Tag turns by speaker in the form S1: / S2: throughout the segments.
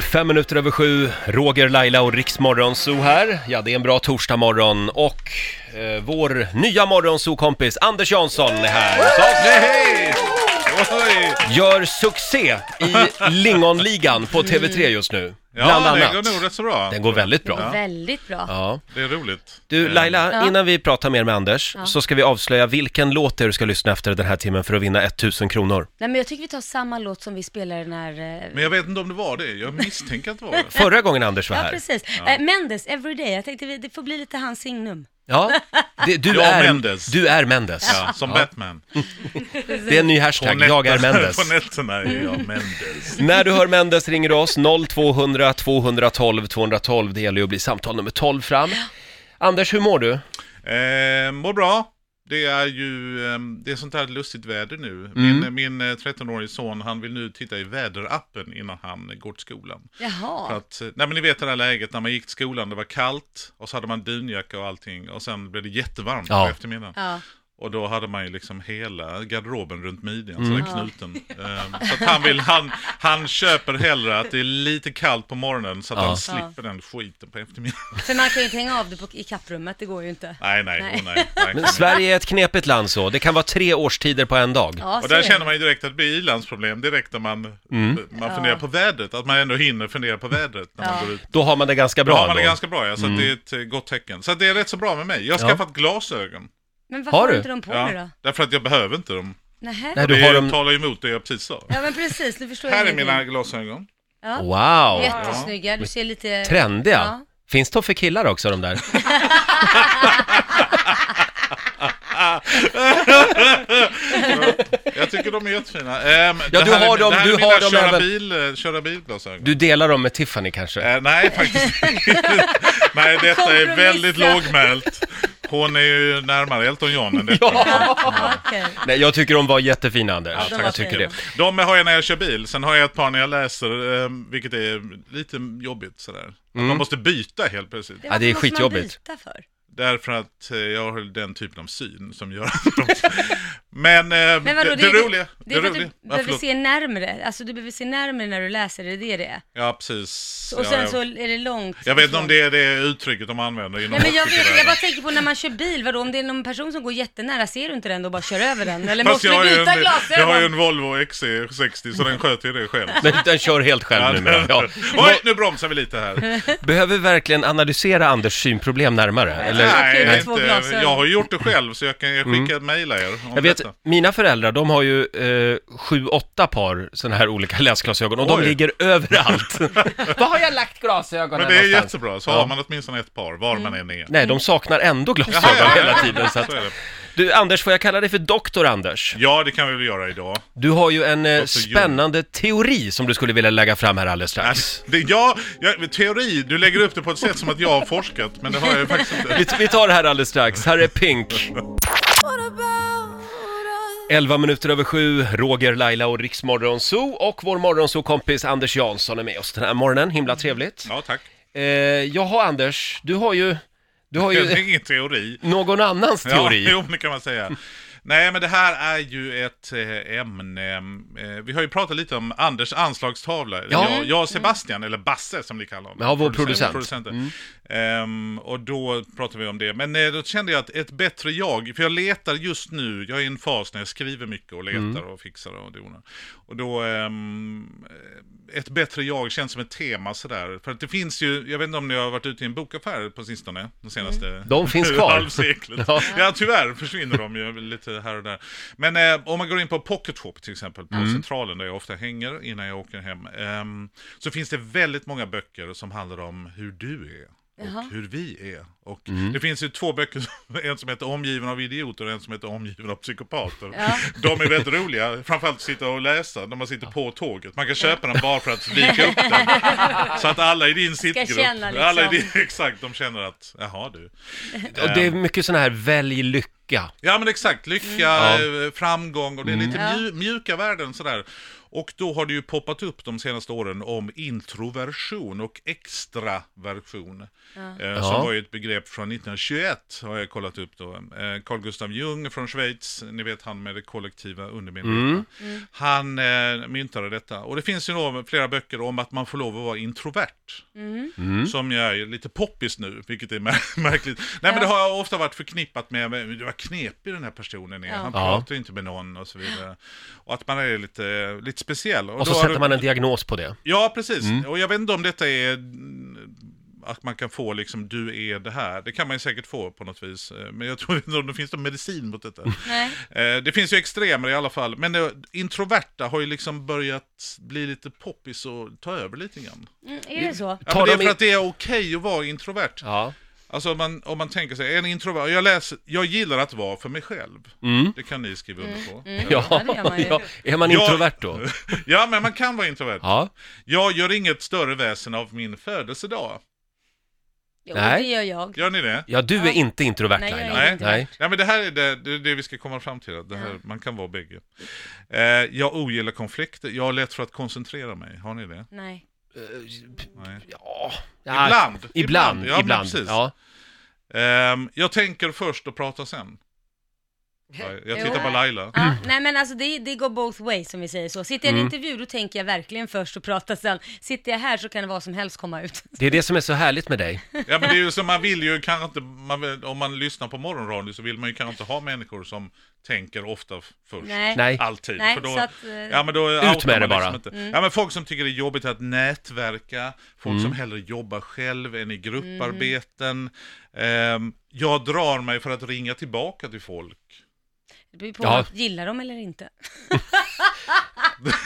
S1: Fem minuter över sju, Roger, Laila och Riksmorgon Zoo här. Ja, det är en bra torsdagmorgon och eh, vår nya morgonzoo-kompis Anders Jansson är här. Som
S2: Hej! Oj!
S1: gör succé i Lingonligan på TV3 just nu. Bland
S2: Mm. Ja, det
S1: annat.
S2: går nog rätt så bra.
S1: Den går väldigt bra.
S3: Väldigt bra.
S1: Ja.
S2: Det är roligt.
S1: Du Laila,
S3: Ja.
S1: innan vi pratar mer med Anders så ska vi avslöja vilken låt det är du ska lyssna efter den här timmen för att vinna 1000 kronor.
S3: Nej men jag tycker vi tar samma låt som vi spelade när... eh,
S2: Men jag vet inte om det var det. Jag misstänker att det var det.
S1: Förra gången Anders var
S3: Ja
S1: här.
S3: precis. Eh, Mendes, Everyday. Jag tänkte vi, det får bli lite hans signum.
S1: Ja, det, du,
S2: Jag
S1: är,
S2: Mendes.
S1: du är Mendes.
S2: Ja, som Batman.
S1: Det är en ny hashtag, jag är
S2: nätterna-
S1: Mendes. Mm.
S2: På nätterna är jag Mendes.
S1: När du hör Mendes ringer du oss 0200 212 212. Det gäller ju att bli samtal nummer 12 fram. Anders, hur mår du?
S2: Eh, mår bra. Det är ju eh, det är sånt här lustigt väder nu.
S1: Mm.
S2: Min, min eh, 13-årige son, han vill nu titta i väderappen innan han eh, går till skolan. För
S3: Jaha.
S2: att, eh, nej men ni vet det här läget när man gick till skolan, det var kallt och så hade man dunjacka och allting och sen blev det jättevarmt
S1: Ja.
S2: på eftermiddagen.
S3: Ja.
S2: Och då hade man ju liksom hela garderoben runt midjan,
S1: Mm.
S2: så sådär knuten. Ehm, Så att han, vill, han, han köper hellre att det är lite kallt på morgonen så att
S1: Ja.
S2: han slipper den skiten på eftermiddagen.
S3: För man kan ju inte hänga av det på, i kapprummet, det går ju inte.
S2: Nej, nej,
S3: Nej.
S2: nej. nej, nej.
S1: Men Sverige är ett knepigt land så. Det kan vara tre årstider på en dag.
S3: Ja,
S2: Och
S3: så är
S2: där
S3: det.
S2: känner man ju direkt att det blir i-landsproblem direkt när man,
S1: Mm.
S2: man funderar på vädret. Att man ändå hinner fundera på vädret när man
S3: Ja.
S2: går ut.
S1: Då har man det ganska
S2: Då
S1: bra
S2: har man det
S1: ändå.
S2: ganska bra, ja, så att det är ett eh, gott tecken. Så att det är rätt så bra med mig. Jag har
S1: Ja.
S2: skaffat glasögon.
S3: Men varför har
S1: du?
S3: du inte dem på nu då?
S2: Ja, därför att jag behöver inte dem.
S3: Nähä?
S1: Nej,
S2: Det
S1: du har dem...
S2: talar ju emot det jag precis sa.
S3: Ja men precis, nu förstår
S2: Här
S3: jag
S2: är
S3: ingenting.
S2: mina glasögon.
S1: Wow!
S3: Jättesnygga, du ser lite...
S1: Trendiga.
S3: Ja.
S1: Finns de för killar också de där?
S2: Jag tycker de är jättefina. Ehm,
S1: Ja,
S2: det
S1: du
S2: här
S1: har
S2: är,
S1: dem-
S2: det här
S1: du
S2: är mina
S1: har dem
S2: köra,
S1: även-
S2: bil, eh, köra bilglasögon.
S1: Du delar dem med Tiffany kanske?
S2: Eh, nej, faktiskt inte. Nej, detta är
S3: Kompromissa.
S2: väldigt lågmält. Hon är ju närmare Elton John än detta.
S3: Ja, okej.
S1: Nej, jag tycker de var jättefina Anders.
S3: de var
S1: jag tycker
S3: fina.
S1: det.
S2: De har jag när jag kör bil, sen har jag ett par när jag läser, ehm, vilket är lite jobbigt sådär. Att
S1: Mm.
S2: Man måste byta helt plötsligt.
S1: Ja, det är
S3: varför måste man
S1: skitjobbigt.
S3: byta för?
S2: Därför att eh, jag har den typen av syn som gör att de... Men, eh,
S3: Men vadå,
S2: det, det roliga...
S3: Det är för att
S2: roliga-
S3: du
S2: Ja,
S3: behöver
S2: förlåt.
S3: se närmre, alltså du behöver se närmre när du läser, det är det det är.
S2: Ja, precis.
S3: Och
S2: Ja,
S3: sen
S2: jag-
S3: så är det långt.
S2: Jag vet inte
S3: ifrån.
S2: om det är det uttrycket de använder inom
S3: Nej men jag vet
S2: optikervärlden.
S3: jag bara tänker på när man kör bil, vadå om det är någon person som går jättenära, ser du inte den då bara kör över den? Eller
S2: Fast
S3: måste
S2: jag
S3: du
S2: har, ju
S3: byta
S2: en, jag har ju
S3: glasögon?
S2: en Volvo XC60 så den sköter ju det själv.
S1: Den, den kör helt själv numera. Ja.
S2: Oj, nu bromsar vi lite här.
S1: Behöver verkligen analysera Anders synproblem närmare? Eller?
S3: Okej, med
S2: Nej,
S3: två
S2: inte.
S3: glasögon.
S2: jag har ju gjort det själv så jag kan jag skicka ett mejl er om
S1: Mm. Jag vet,
S2: detta.
S1: mina föräldrar, de har ju eh, sju, åtta par sådana här olika läsglasögon och de
S2: Oj.
S1: ligger överallt. Var har jag lagt glasögonen
S2: Men det är
S1: någonstans?
S2: jättebra, så
S1: Ja.
S2: har man åtminstone ett par var man
S3: Mm.
S2: än är.
S1: Nej, de saknar ändå glasögon
S2: Jaha, ja, ja,
S1: hela
S2: ja.
S1: tiden. Så att,
S2: Så är det.
S1: du, Anders, får jag kalla dig för doktor Anders?
S2: Ja, det kan vi väl göra idag.
S1: Du har ju en eh,
S2: Doktor Jon.
S1: spännande teori som du skulle vilja lägga fram här alldeles strax.
S2: Alltså, det, ja, ja, teori, du lägger upp det på ett sätt som att jag har forskat, men det har jag ju faktiskt inte.
S1: Vi, vi tar det här alldeles strax. Här är Pink. 11 minuter över sju, Roger, Laila och Riksmorgon Zoo och vår morgonzoo-kompis Anders Jansson är med oss den här morgonen. Himla trevligt.
S2: Ja, tack.
S1: Eh, jaha Anders, du har ju, du har
S2: Det är
S1: ju
S2: ingen teori.
S1: någon annans teori.
S2: Ja, jo, det kan man säga. Nej, men det här är ju ett eh, ämne. eh, Vi har ju pratat lite om Anders anslagstavla.
S1: Ja. Mm.
S2: Jag, jag och Sebastian, eller Basse som ni kallar honom.
S1: Ja, vår producent. Mm.
S2: Producenten. Ehm, och då pratade vi om det. Men eh, då kände jag att ett bättre jag, för jag letar just nu, jag är i en fas när jag skriver mycket och letar
S1: Mm.
S2: och fixar och donar. Och då, ehm, eh, ett bättre jag känns som ett tema sådär. För att det finns ju, jag vet inte om ni har varit ute i en bokaffär på sistone, de senaste
S1: Mm. De finns kvar.
S2: halvseklet.
S1: Ja.
S2: Ja. tyvärr försvinner de ju lite här och där. Men eh, om man går in på Pocket Shop till exempel, på centralen där jag ofta hänger innan jag åker hem, ehm, så finns det väldigt många böcker som handlar om hur du är. Och
S3: Jaha.
S2: hur vi är. Och Det finns ju två böcker, en som heter Omgiven av idioter och en som heter Omgiven av psykopater.
S3: Ja.
S2: De är väldigt roliga, framförallt att sitta och läsa när man sitter på tåget. Man kan köpa den bara för att vika upp den. Så att alla i din sittgrupp,
S3: känna liksom.
S2: alla i din, exakt, de känner att, jaha du.
S1: Och det är mycket sån här välj lycka.
S2: Ja men exakt, lycka, eh, framgång och det är lite mju- mjuka värden sådär. Och då har det ju poppat upp de senaste åren om introversion och extraversion. Eh,
S1: Ja.
S2: Som var ju ett begrepp från 1921, har jag kollat upp då. Eh, Carl Gustav Jung från Schweiz, ni vet han med det kollektiva undermedvetna. Han eh, myntade detta. Och det finns ju då flera böcker om att man får lov att vara introvert
S3: Mm,
S2: som jag är lite poppis nu, vilket är mär- märkligt. Nej, men det har ofta varit förknippat med, men det var knepig den här personen är, han
S1: Ja.
S2: pratar ju inte med någon och så vidare. Och att man är lite, lite speciell.
S1: Och så
S2: då har
S1: sätter
S2: du-
S1: man Mm. en diagnos på det.
S2: Ja, precis. Och jag vet inte om detta är mm, att man kan få liksom, du är det här. Det kan man ju säkert få på något vis. Eh, Men jag tror inte om det finns någon medicin mot detta.
S1: Mm.
S3: Nej.
S2: Eh, Det finns ju extremer i alla fall. Men eh, introverta har ju liksom börjat bli lite poppis och ta över lite grann.
S3: Mm, är det så?
S2: Ja,
S1: Tar
S2: men det
S1: de
S2: är för
S1: in-
S2: att det är okej att vara introvert.
S1: Ja.
S2: Alltså om man, om man tänker sig, en introvert, jag, läser, jag gillar att vara för mig själv. Det kan ni skriva under på.
S1: Ja,
S3: Mm, Ja, det gör man ju.
S1: ja. Mm. Är man
S2: Jag-
S1: introvert då?
S2: Ja, men man kan vara introvert.
S1: Ja.
S2: Jag gör inget större väsen av min födelsedag.
S3: Jo,
S1: Nej.
S3: det gör jag.
S2: Gör ni det?
S1: Ja, du är
S3: Ja.
S1: inte introvert
S3: Nej, jag är
S1: Laila.
S2: Nej.
S3: introvert.
S1: Nej.
S2: Ja, men det här är det, det, är det vi ska komma fram till. Det här, man kan vara bägge. Eh, jag ogillar konflikter. Jag har lätt för att koncentrera mig. Har ni det?
S3: Nej.
S2: Nej.
S1: Ja.
S2: Ibland,
S1: Ibland.
S2: ibland.
S1: Ah, Ibland.
S2: Ja, men
S1: ibland.
S2: precis.
S1: Ja.
S2: Ehm, jag tänker först och pratar sen. Ja, jag
S3: Jo.
S2: tittar på Laila.
S3: Ja, nej men alltså det, det går both ways som vi säger så. Sitter jag i en
S2: Mm.
S3: intervju då tänker jag verkligen först och pratar sen. Sitter jag här så kan det vad som helst komma ut.
S1: Det är det som är så härligt med dig.
S2: Ja men det är ju som man vill ju kanske inte, man vill, om man lyssnar på morgonradio så vill man ju kanske inte ha människor som tänker ofta f- först.
S3: Nej.
S1: Nej.
S2: Alltid.
S3: Nej,
S2: för då,
S3: så att, eh, Mm.
S2: ja, men då outar
S1: med det
S2: man
S1: bara.
S2: Liksom inte. Ja men folk som tycker det är jobbigt att nätverka, folk
S1: Mm.
S2: som hellre jobbar själv än i grupparbeten.
S3: Mm.
S2: Ehm, jag drar mig för att ringa tillbaka till folk.
S3: Det beror ju på
S1: Ja.
S3: om man gillar dem eller inte.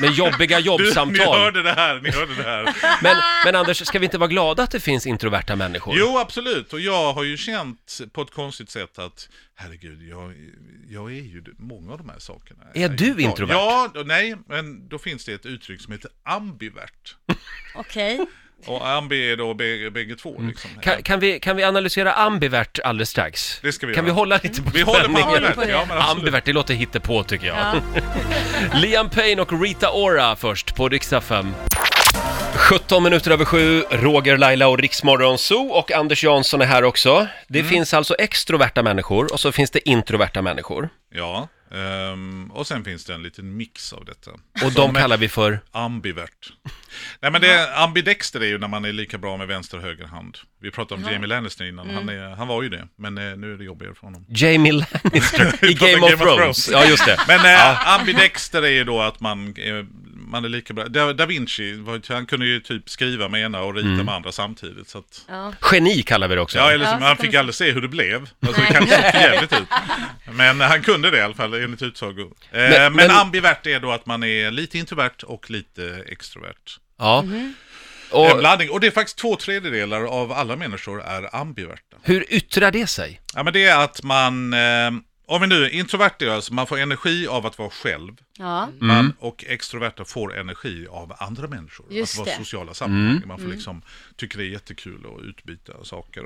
S1: Med jobbiga
S2: Du, ni
S1: jobbsamtal.
S2: hörde det här, ni hörde det här.
S1: Men, men Anders, ska vi inte vara glada att det finns introverta människor?
S2: Jo, absolut. Och jag har ju känt på ett konstigt sätt att herregud, jag, jag är ju många av de här sakerna.
S1: Är du introvert?
S2: Ja, då- nej, men då finns det ett uttryck som heter ambivert.
S3: Okej.
S2: Och ambi är då bägge bägge
S1: Mm.
S2: två liksom.
S1: Kan, kan, vi, kan vi analysera ambivert alldeles strax?
S2: Det ska vi
S1: Kan
S2: göra.
S1: vi hålla lite på
S2: Vi håller på
S1: spänningen?
S3: Håller på
S2: ambivert.
S3: det.
S2: Ja, men absolut.
S1: Ambivert, det låter hittepå tycker jag. Liam Payne och Rita Ora först på riksdag 5. 17 minuter över sju, Roger, Laila och Riksmorgon Zoo och Anders Jansson är här också. Det
S2: Mm.
S1: finns alltså extroverta människor och så finns det introverta människor.
S2: Ja, ehm, och sen finns det en liten mix av detta.
S1: Och de kallar Mm. vi för...
S2: Ambivert. Nej men det, ambidexter är ju när man är lika bra med vänster och höger hand. Vi pratade om Jamie Lannister innan,
S1: Mm.
S2: han, är, han var ju det. Men eh, nu är det jobbigare för honom.
S1: Jamie Lannister i
S2: Vi pratar
S1: Game of Thrones. Ja, just det.
S2: Men eh, ambidexter är ju då att man, eh, man är lika bra. Da, da Vinci, var- han kunde ju typ skriva med ena och rita
S1: Mm.
S2: med andra samtidigt. Så att,
S3: Ja.
S1: Geni kallar vi det också.
S2: ja, eller som,
S3: Ja, så
S2: han
S3: kan
S2: fick
S3: det-
S2: aldrig se hur det blev. Alltså, det kanske såg för jävligt ut. Men han kunde det i alla fall, enligt utsago. Eh, men,
S1: men-
S2: ambivert är då att man är lite introvert och lite extrovert.
S1: Ja.
S2: Mm-hmm. En
S1: Och
S2: blandning. Och det är faktiskt två tredjedelar av alla människor är ambiverta.
S1: hur yttrar det sig?
S2: Ja, men det är att man, eh, om vi nu, introvert är alltså, man får energi av att vara själv.
S3: Ja.
S2: Man, och extroverta får energi av andra människor.
S3: Just
S2: att vara
S3: det. Mm.
S2: sociala sammanhang. Man får liksom, tycker det är jättekul att utbyta saker.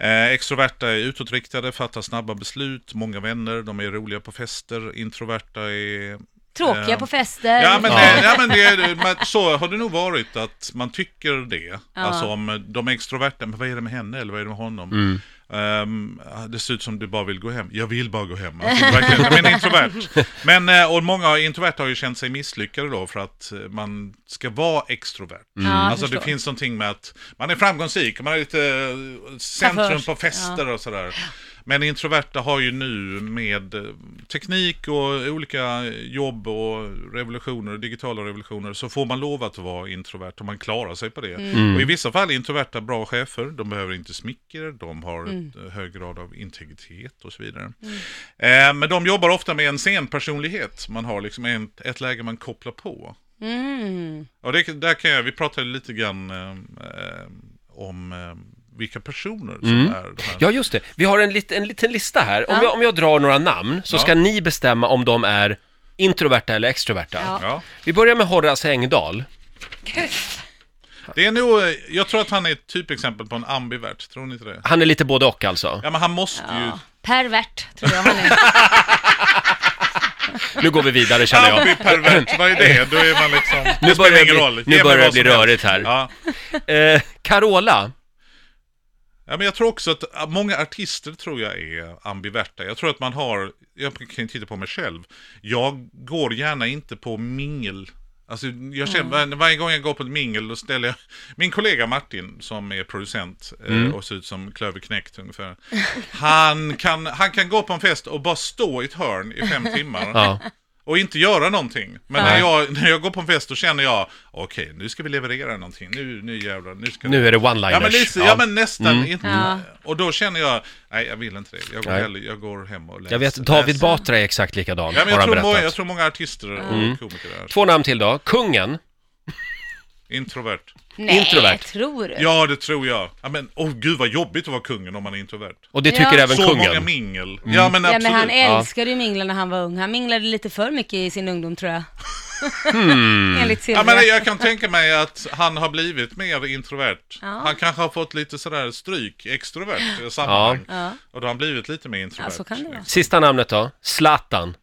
S2: Eh, extroverta är utåtriktade, fattar snabba beslut, många vänner, de är roliga på fester. Introverta är...
S3: Tråkiga
S2: Eh,
S3: på fester.
S2: Ja men,
S1: Ja.
S2: det- ja, men det, är- man, så har det nog varit att man tycker det. Alltså om de är extroverta, men vad är det med henne eller vad är det med honom? Ehm, ah, det ser ut som du bara vill gå hem. Jag vill bara gå hem. Alltså, verkligen. Men introvert. Men, eh, och många introverta har ju känt sig misslyckade då för att eh, man ska vara extrovert.
S3: Mm. Ja, jag
S2: alltså det
S3: förstår.
S2: finns någonting med att man är framgångsrik, man är lite eh, centrum
S3: Affärs-
S2: på fester och sådär. Men introverta har ju nu med eh, teknik och olika jobb och revolutioner, digitala revolutioner, så får man lov att vara introvert och man klarar sig på det. Och i vissa fall är introverta bra chefer, de behöver inte smicker, de har ett eh, hög grad av integritet och så vidare. Eh, Men de jobbar ofta med en sen personlighet, man har liksom en, ett läge man kopplar på.
S3: Mm.
S2: Ja, det, där kan jag, vi pratade lite grann eh, eh, om eh, vilka personer som
S1: Mm.
S2: är de här.
S1: Ja, just det. Vi har en, lit, en liten lista här. Om, jag, om jag drar några namn så
S2: Ja.
S1: ska ni bestämma om de är introverta eller extroverta.
S3: Ja.
S2: Ja.
S1: Vi börjar med Horace Engdahl.
S2: Det är nog, eh, jag tror att han är ett typexempel på en ambivert, tror ni inte det?
S1: Han är lite både och alltså.
S2: Ja men han måste ju,
S3: Pervert tror jag han är.
S1: Nu går vi vidare känner jag.
S2: Ambipervert, vad är det? Då är man liksom...
S1: Nu
S2: spelar
S1: börjar det
S2: ingen
S1: bli-
S2: roll.
S1: nu
S2: Ge mig
S1: börjar det
S2: vad
S1: bli
S2: som helst.
S1: rörigt här.
S2: Ja.
S1: Eh, Carola,
S2: Ja, men jag tror också att eh, många artister tror jag är ambiverta. Jag tror att man har, jag kan ju titta på mig själv, jag går gärna inte på mingel. Alltså, jag känner, var, varje gång jag går på ett mingel, då ställer jag... Min kollega Martin, som är producent eh, och ser ut som Klöverknäckt ungefär. Han kan, han kan gå på en fest och bara stå i ett hörn i fem timmar.
S1: Ja.
S2: Och inte göra någonting. Men
S1: Ja.
S2: när, jag, när jag går på en fest, då känner jag, okej, nu ska vi leverera någonting. Nu, nu jävlar, nu ska
S1: nu är det one-liners.
S2: Ja men, lite, ja.
S1: Ja. Mm.
S2: men nästan. Inte.
S3: Ja.
S2: Och då känner jag, nej jag vill inte det. Jag går,
S1: Nej.
S2: hellre, jag går hem och läser.
S1: Jag vet, David
S2: läser.
S1: Batra är exakt likadan,
S2: Ja, men
S1: har han
S2: jag, tror många,
S1: berättat.
S2: jag tror många artister och
S3: Mm.
S2: komiker är
S1: Två namn till då. Kungen.
S2: introvert.
S3: Nej,
S1: Introvert.
S3: tror du?
S2: Ja, det tror jag. Ja, men, åh gud vad jobbigt att vara kungen om man är introvert.
S1: Och det
S3: Ja.
S1: tycker även
S2: Så många
S1: kungen. Mm.
S2: mingel. Ja, men
S3: Ja,
S2: absolut.
S3: men han
S1: Ja.
S3: älskade ju mingla när han var ung. Han minglade lite för mycket i sin ungdom tror jag. Enligt Silvia.
S2: Hmm. Ja, men jag kan tänka mig att han har blivit mer introvert.
S3: Ja.
S2: Han kanske har fått lite sådär stryk, extrovert i sammanhang.
S3: Ja.
S2: Och då har han blivit lite mer introvert.
S3: Ja, så kan det vara.
S1: Sista namnet då. Zlatan.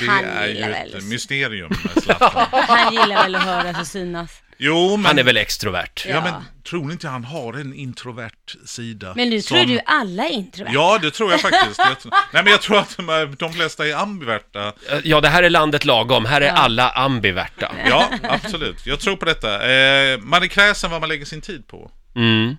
S2: Det
S3: Han
S2: är ju
S3: gillar
S2: ett
S3: väl-
S2: mysterium, Zlatan.
S3: Han gillar väl att höras och synas.
S2: Jo, men...
S1: Han är väl extrovert?
S2: Ja,
S3: Ja.
S2: men tror ni inte han har en introvert sida?
S3: Men nu tror
S2: som-
S3: du alla är introverta.
S2: Ja, det tror jag faktiskt. Jag tror... Nej, men jag tror att de, här- de flesta är ambiverta.
S1: Ja, det här är landet lagom. Här är alla ambiverta.
S2: Ja, absolut. Jag tror på detta. Eh, man är kräsen vad man lägger sin tid på.
S1: Mm.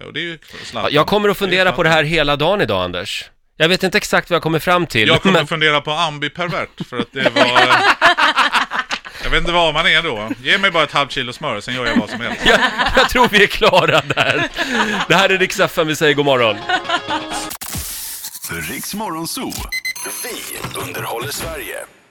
S2: Ja, och det är ju
S1: Ja,
S2: Zlatan.
S1: Jag kommer att
S2: är
S1: fundera
S2: Zlatan.
S1: på det här hela dagen idag, Anders. Jag vet inte exakt vad jag kommer fram till.
S2: Jag kommer
S1: men...
S2: att fundera på ambipervert, för att det var... eh, Jag vet inte vad man är då. Ge mig bara ett halvt kilo smör, sen gör jag vad som helst.
S1: jag, jag tror vi är klara där. Det här är Rix FM, vi säger god morgon.
S4: Riks Morgonzoo. Vi underhåller Sverige.